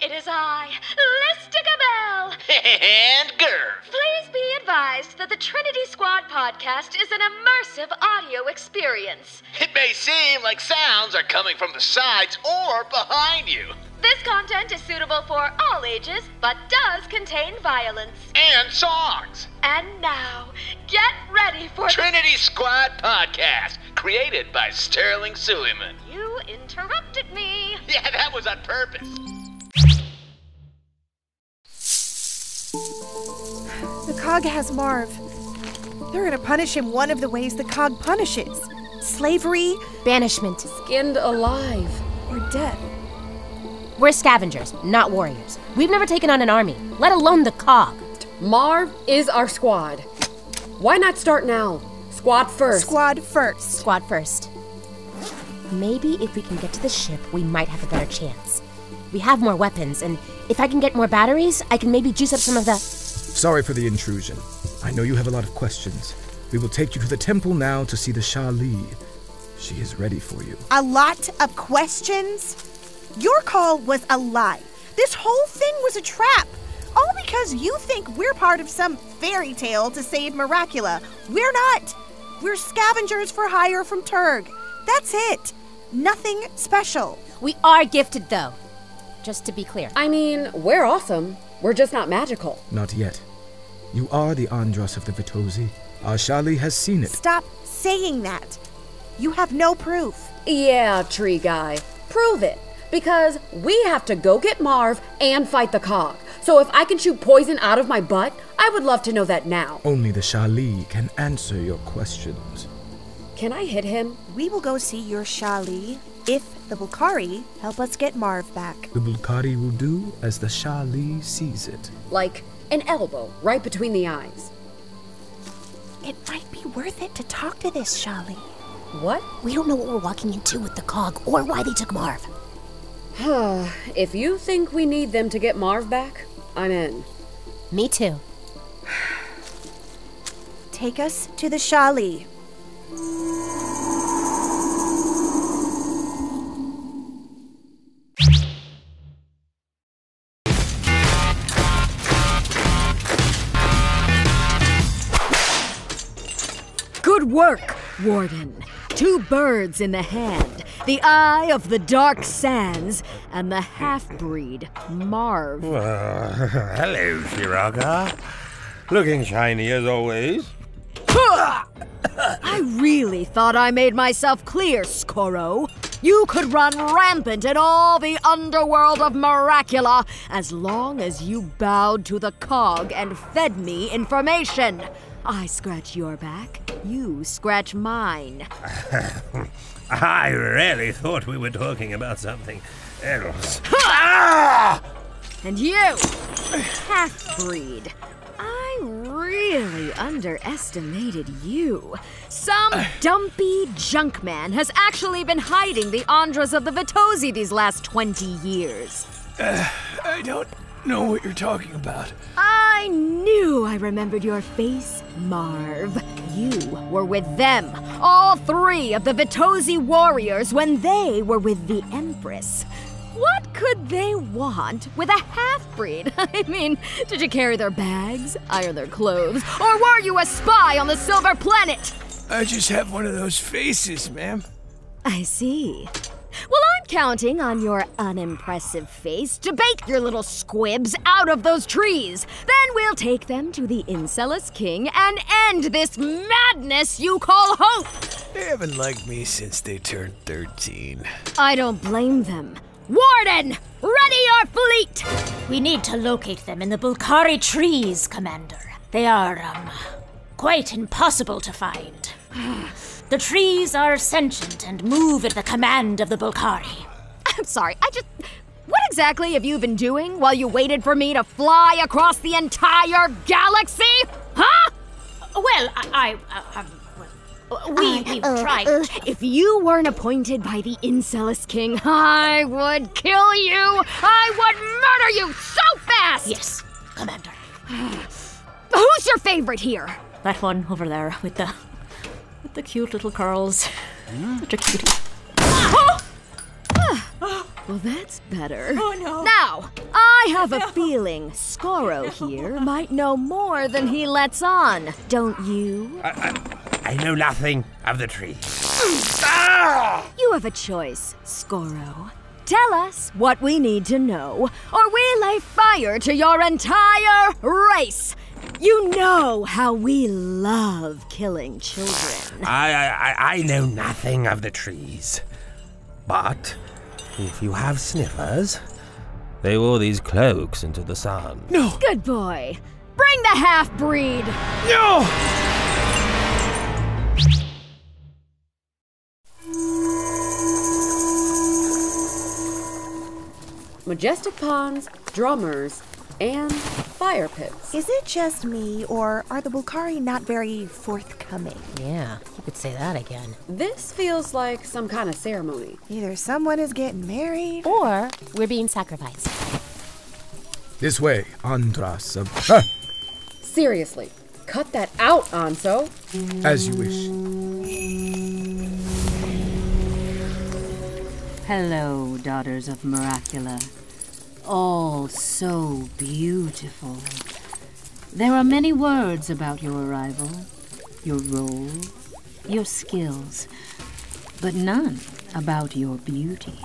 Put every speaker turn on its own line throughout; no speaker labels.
It is I, Listicabelle.
and Gerv.
Please be advised that the Trinity Squad podcast is an immersive audio experience.
It may seem like sounds are coming from the sides or behind you,
This content is suitable for all ages, but does contain violence.
and songs.
And now, get ready for the-
Trinity Squad Podcast, created by Sterling Suleiman.
You interrupted me.
Yeah, that was on purpose.
The cog has Marv. They're gonna punish him one of the ways the cog punishes slavery
Banishment.
Skinned alive.
or death.
We're scavengers, not warriors. We've never taken on an army, let alone the cog.
Marv is our squad. Why not start now? Squad first.
Squad first.
Squad first. Maybe if we can get to the ship, we might have a better chance. We have more weapons, and if I can get more batteries, I can maybe juice up some of the.
Sorry for the intrusion. I know you have a lot of questions. We will take you to the temple now to see the Shali. She is ready for you.
A lot of questions? Your call was a lie. This whole thing was a trap. All because you think we're part of some fairy tale to save Miracula. We're not. We're scavengers for hire from Turg. That's it. Nothing special.
We are gifted, though. Just to be clear.
I mean, we're awesome. We're just not magical.
Not yet. You are the Andros of the Vitozi. Our Shali has seen it.
Stop saying that. You have no proof.
Yeah, tree guy. Prove it. Because we have to go get Marv and fight the cog. So if I can shoot poison out of my butt, I would love to know that now.
Only the Shali can answer your questions.
Can I hit him?
We will go see your Shali if the Bulkari help us get Marv back.
The Bulkari will do as the Shali sees it.
Like an elbow right between the eyes.
It might be worth it to talk to this Shali.
What?
We don't know what we're walking into with the cog or why they took Marv.
if you think we need them to get Marv back, I'm in.
Me too.
Take us to the Shali.
Good work, Warden. Two birds in the hand the Eye of the Dark Sands and the half breed, Marv.
Well, Uh, hello, Shiraga. Looking shiny as always.
I really thought I made myself clear, Skoro. You could run rampant in all the underworld of Miracula as long as you bowed to the cog and fed me information. I scratch your back, you scratch mine.
I really thought we were talking about something else. Ah!
And you, half breed. I really underestimated you. Some dumpy junk man has actually been hiding the Andras of the Vitozi these last 20 years.
I don't know what you're talking about.
I knew I remembered your face, Marv. You were with them, all three of the Vitozi warriors, when they were with the Empress. What could they want with a half breed? I mean, did you carry their bags, iron their clothes, or were you a spy on the Silver Planet?
I just have one of those faces, ma'am.
I see. Well, I'm counting on your unimpressive face to bait your little squibs out of those trees. Then we'll take them to the Incelis King and end this madness you call hope.
They haven't liked me since they turned 13.
I don't blame them. Warden, ready your fleet!
We need to locate them in the Bulkari trees, Commander. They are, um, quite impossible to find. the trees are sentient and move at the command of the Bulkari.
I'm sorry, I just. What exactly have you been doing while you waited for me to fly across the entire galaxy? Huh?
Well, I, I um, well, we, we've tried.
Uh, If you weren't appointed by the Incelis King, I would kill you! I would murder you so fast!
yes, Commander.
Who's your favorite here?
That one over there with the, with the cute little curls. Such a cutie.
Well, that's better.
Oh, no.
Now, I have a feeling Scoro here might know more than he lets on, don't you?
I, I, I know nothing of the tree.
You have a choice, Scoro. Tell us what we need to know, or we lay fire to your entire race. You know how we love killing children.
I, I, I- I know nothing of the trees. But if you have sniffers, they wore these cloaks into the sun.
No. Good boy. Bring the half breed.
No.
Majestic ponds, drummers, and fire pits.
Is it just me, or are the Bulkari not very forthcoming?
Yeah, Ah, you could say that again.
This feels like some kind of ceremony.
Either someone is getting married.
Or we're being sacrificed.
This way, Andras. Of,
Seriously, cut that out, Anso.
as you wish.
Hello, daughters of Miracula. All so beautiful. There are many words about your arrival, your role, your skills, but none about your beauty.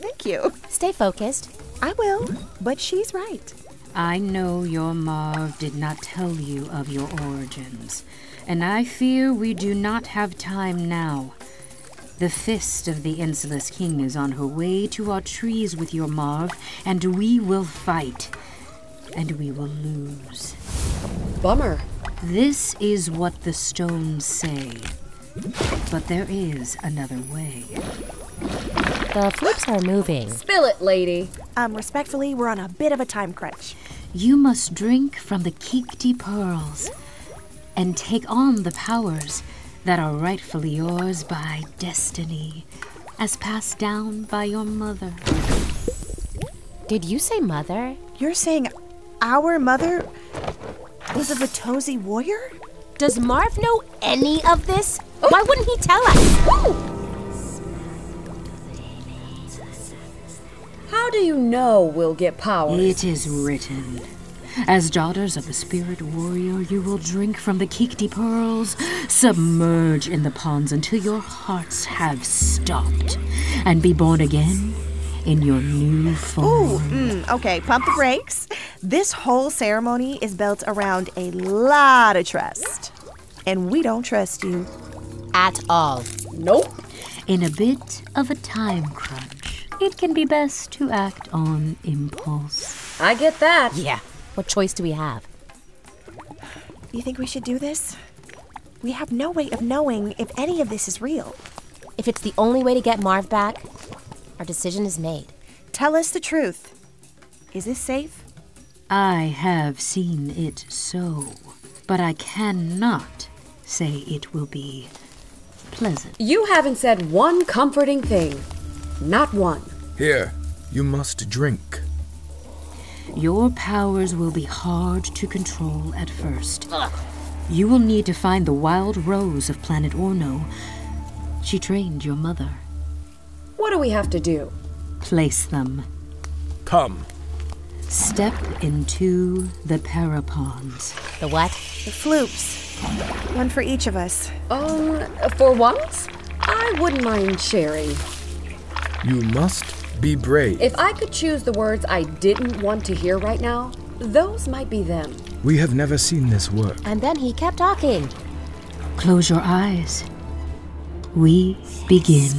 Thank you.
Stay focused.
I will, but she's right.
I know your Marv did not tell you of your origins, and I fear we do not have time now. The fist of the Insulus King is on her way to our trees with your Marv, and we will fight. And we will lose.
Bummer.
This is what the stones say. But there is another way.
The flips are moving.
Spill it, lady.
Um, respectfully, we're on a bit of a time crunch.
You must drink from the Kikti pearls and take on the powers that are rightfully yours by destiny, as passed down by your mother.
Did you say mother?
You're saying our mother was a Vitozi warrior?
Does Marv know any of this? Why wouldn't he tell us?
How do you know we'll get powers?
It is written. As daughters of the spirit warrior, you will drink from the Kikti pearls, submerge in the ponds until your hearts have stopped, and be born again in your new form.
Ooh, mm, okay, pump the brakes. This whole ceremony is built around a lot of trust. And we don't trust you.
At all.
Nope.
In a bit of a time crunch, it can be best to act on impulse.
I get that.
Yeah. What choice do we have?
You think we should do this? We have no way of knowing if any of this is real.
If it's the only way to get Marv back, our decision is made.
Tell us the truth. Is this safe?
I have seen it so, but I cannot say it will be pleasant.
You haven't said one comforting thing. Not one.
Here, you must drink.
Your powers will be hard to control at first. You will need to find the wild rose of planet Orno. She trained your mother.
What do we have to do?
Place them.
Come.
Step into the parapons.
The what?
The floops. One for each of us.
Um, for once, I wouldn't mind sharing.
You must be brave.
If I could choose the words I didn't want to hear right now, those might be them.
We have never seen this work.
And then he kept talking.
Close your eyes. We begin.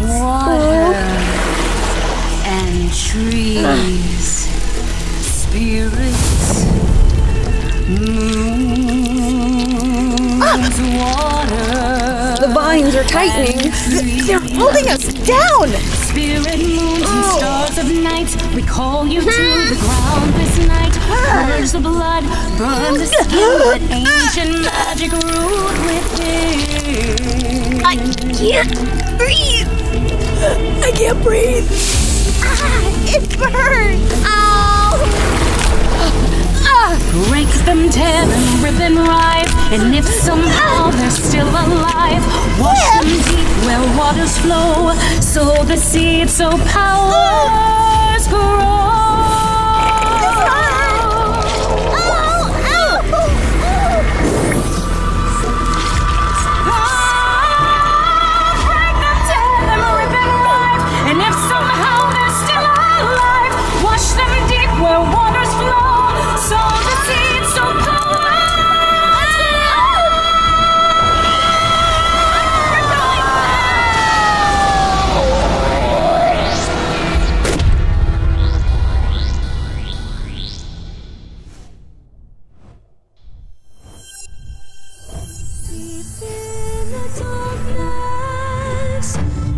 Water and trees, spirits, moons, water.
The vines are tightening.
They're holding us down!
Spirit moons and
Oh.
stars of night, we call you to
Hmm.
the ground this night. Purge the blood, burn the skin, that ancient magic root within.
I can't breathe! I can't breathe! Ah, it burns! Oh!
Break them, tear them, rip and rive. And if somehow they're still alive, wash them deep where waters flow. So the seed, so powers And if somehow they're still alive, wash them deep where waters flow. So the seeds, so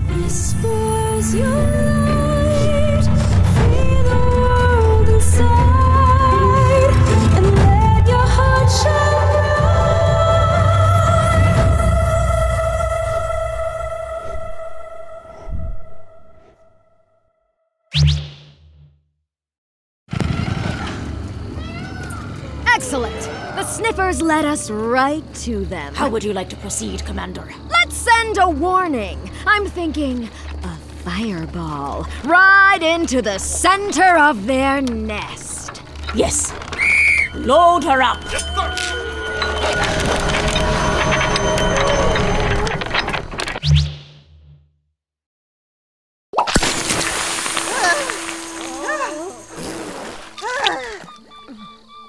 Whispers your light, free the world inside, and let your heart shine bright.
Excellent! The sniffers led us right to them.
How would you like to proceed, Commander?
Let's send a warning! I'm thinking a fireball right into the center of their nest.
Yes. Load her up.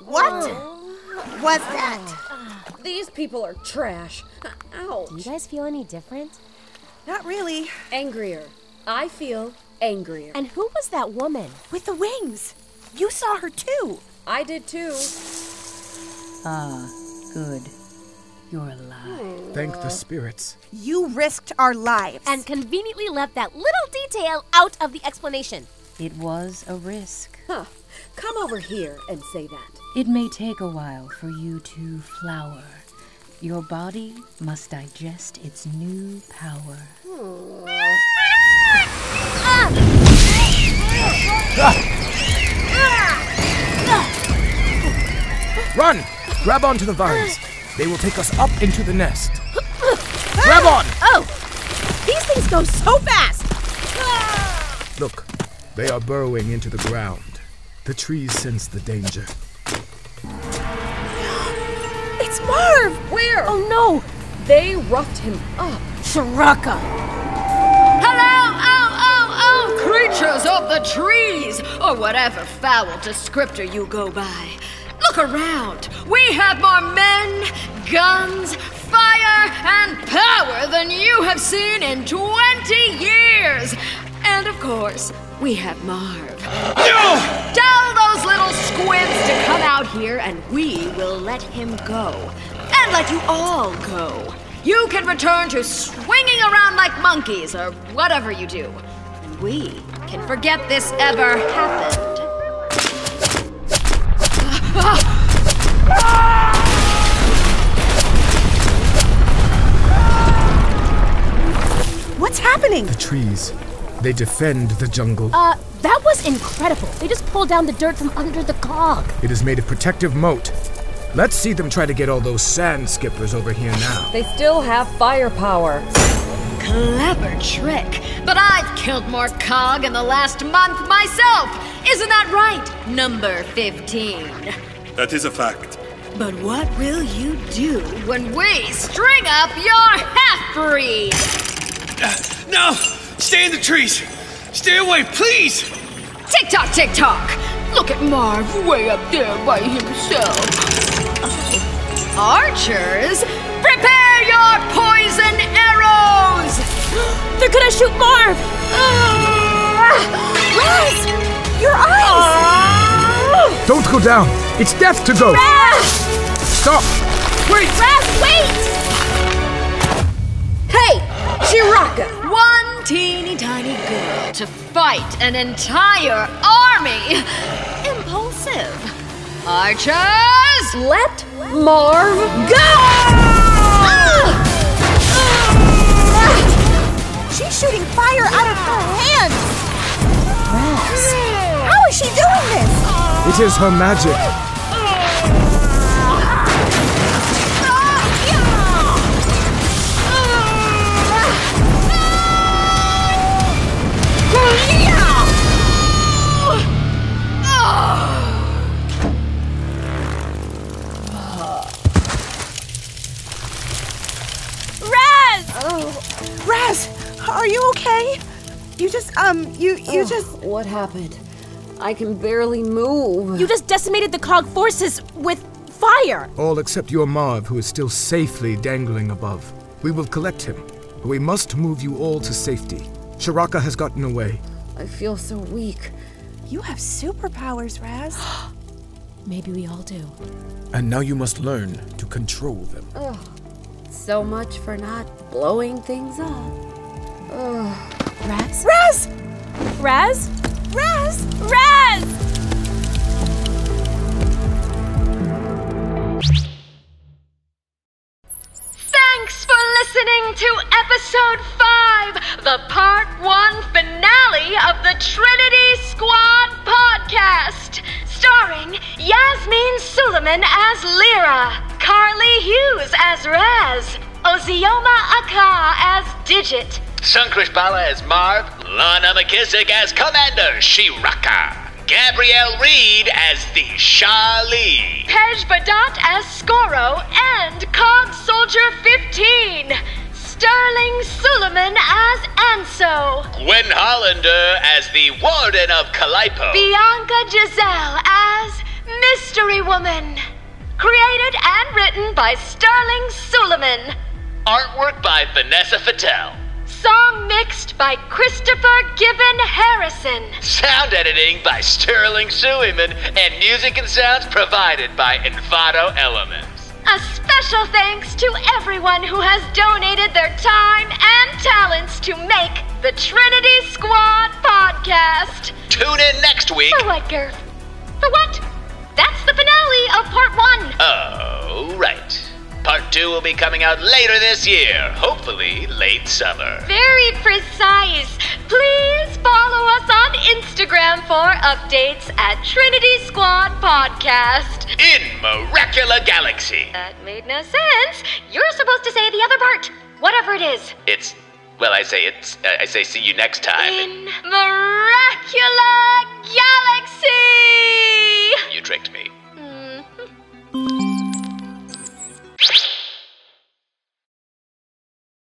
What was that?
These people are trash. Uh, Ouch. Do you
guys feel any different?
Not really.
Angrier. I feel angrier.
And who was that woman?
With the wings. You saw her too.
I did too.
Ah, good. You're alive.
Thank the spirits.
You risked our lives.
And conveniently left that little detail out of the explanation.
It was a risk.
Huh. Come over here and say that.
It may take a while for you to flower. Your body must digest its new power.
Ah!
Ah!
Run! Grab onto the vines. They will take us up into the nest. Grab on!
Oh! These things go so fast!
Look, they are burrowing into the ground. The trees sense the danger.
It's Marv!
Where?
Oh no!
They roughed him up.
Shraka! Hello, oh, oh, oh, creatures of the trees! Or whatever foul descriptor you go by. Look around! We have more men, guns, fire, and power than you have seen in 20 years! And of course, we have Marv. Tell those little squibs to come out here and we will let him go. And let you all go. You can return to swinging around like monkeys or whatever you do. And we can forget this ever happened.
What's happening?
The trees. They defend the jungle.
Oh.
Uh, that was incredible. They just pulled down the dirt from under the cog.
It is made a protective moat. Let's see them try to get all those sand skippers over here now.
They still have firepower.
Clever trick. But I've killed more cog in the last month myself. Isn't that right, number 15?
That is a fact.
But what will you do when we string up your half-breed?
No! Stay in the trees! Stay away, please!
Tick tock, tick tock! Look at Marv way up there by himself. Archers, prepare your poison arrows!
They're gonna shoot Marv!
Ah.
Raz! Your eyes!
Don't go down! It's death to go!
Ah!
Raz!
Stop!
Wait! Raz, wait!
Hey, Shiraka!
One teeny tiny girl to fight an entire army! Impulsive. Archers!
Let Marv
go!
She's shooting fire out of her hands! How is she doing this?
It is her magic.
Ah!
You just um you you just
what happened? I can barely move.
You just decimated the cog forces with fire.
All except your Marv, who is still safely dangling above. We will collect him, but we must move you all to safety. Shiraka has gotten away.
I feel so weak.
You have superpowers, Raz.
Maybe we all do.
And now you must learn to control them.
Ugh. So much for not blowing things up. Ugh.
Raz?
Raz!
Raz?
Raz!
Raz!
Thanks for listening to episode 5, the part 1 finale of the Trinity Squad podcast, starring Yasmin Suleiman as Lyra, Carly Hughes as Raz, Ozioma Aka as Digit,
Sunkrish Bala as Marv, Lana McKissick as Commander Shiraka, Gabrielle Reed as the Shali.
Pej Badot as Skoro, and Cog Soldier 15, Sterling Suleiman as Anso.
Gwen Hollander as the Warden of Calaipo.
Bianca Giselle as Mystery Woman. Created and written by Sterling Suleiman.
Artwork by Vanessa Fattel.
Song mixed by Christopher Given Harrison.
Sound editing by Sterling Suleiman, and music and sounds provided by Envato Elements.
A special thanks to everyone who has donated their time and talents to make the Trinity Squad podcast.
Tune in next week.
For what, Gerf? For what? That's the finale of part one.
Oh, right. Part 2 will be coming out later this year, hopefully late summer.
Very precise. Please follow us on Instagram for updates at Trinity Squad Podcast.
In Miracula Galaxy.
That made no sense. You're supposed to say the other part, whatever it is.
It's, well, I say it's, I I say see you next time.
Miracula Galaxy!
you tricked me.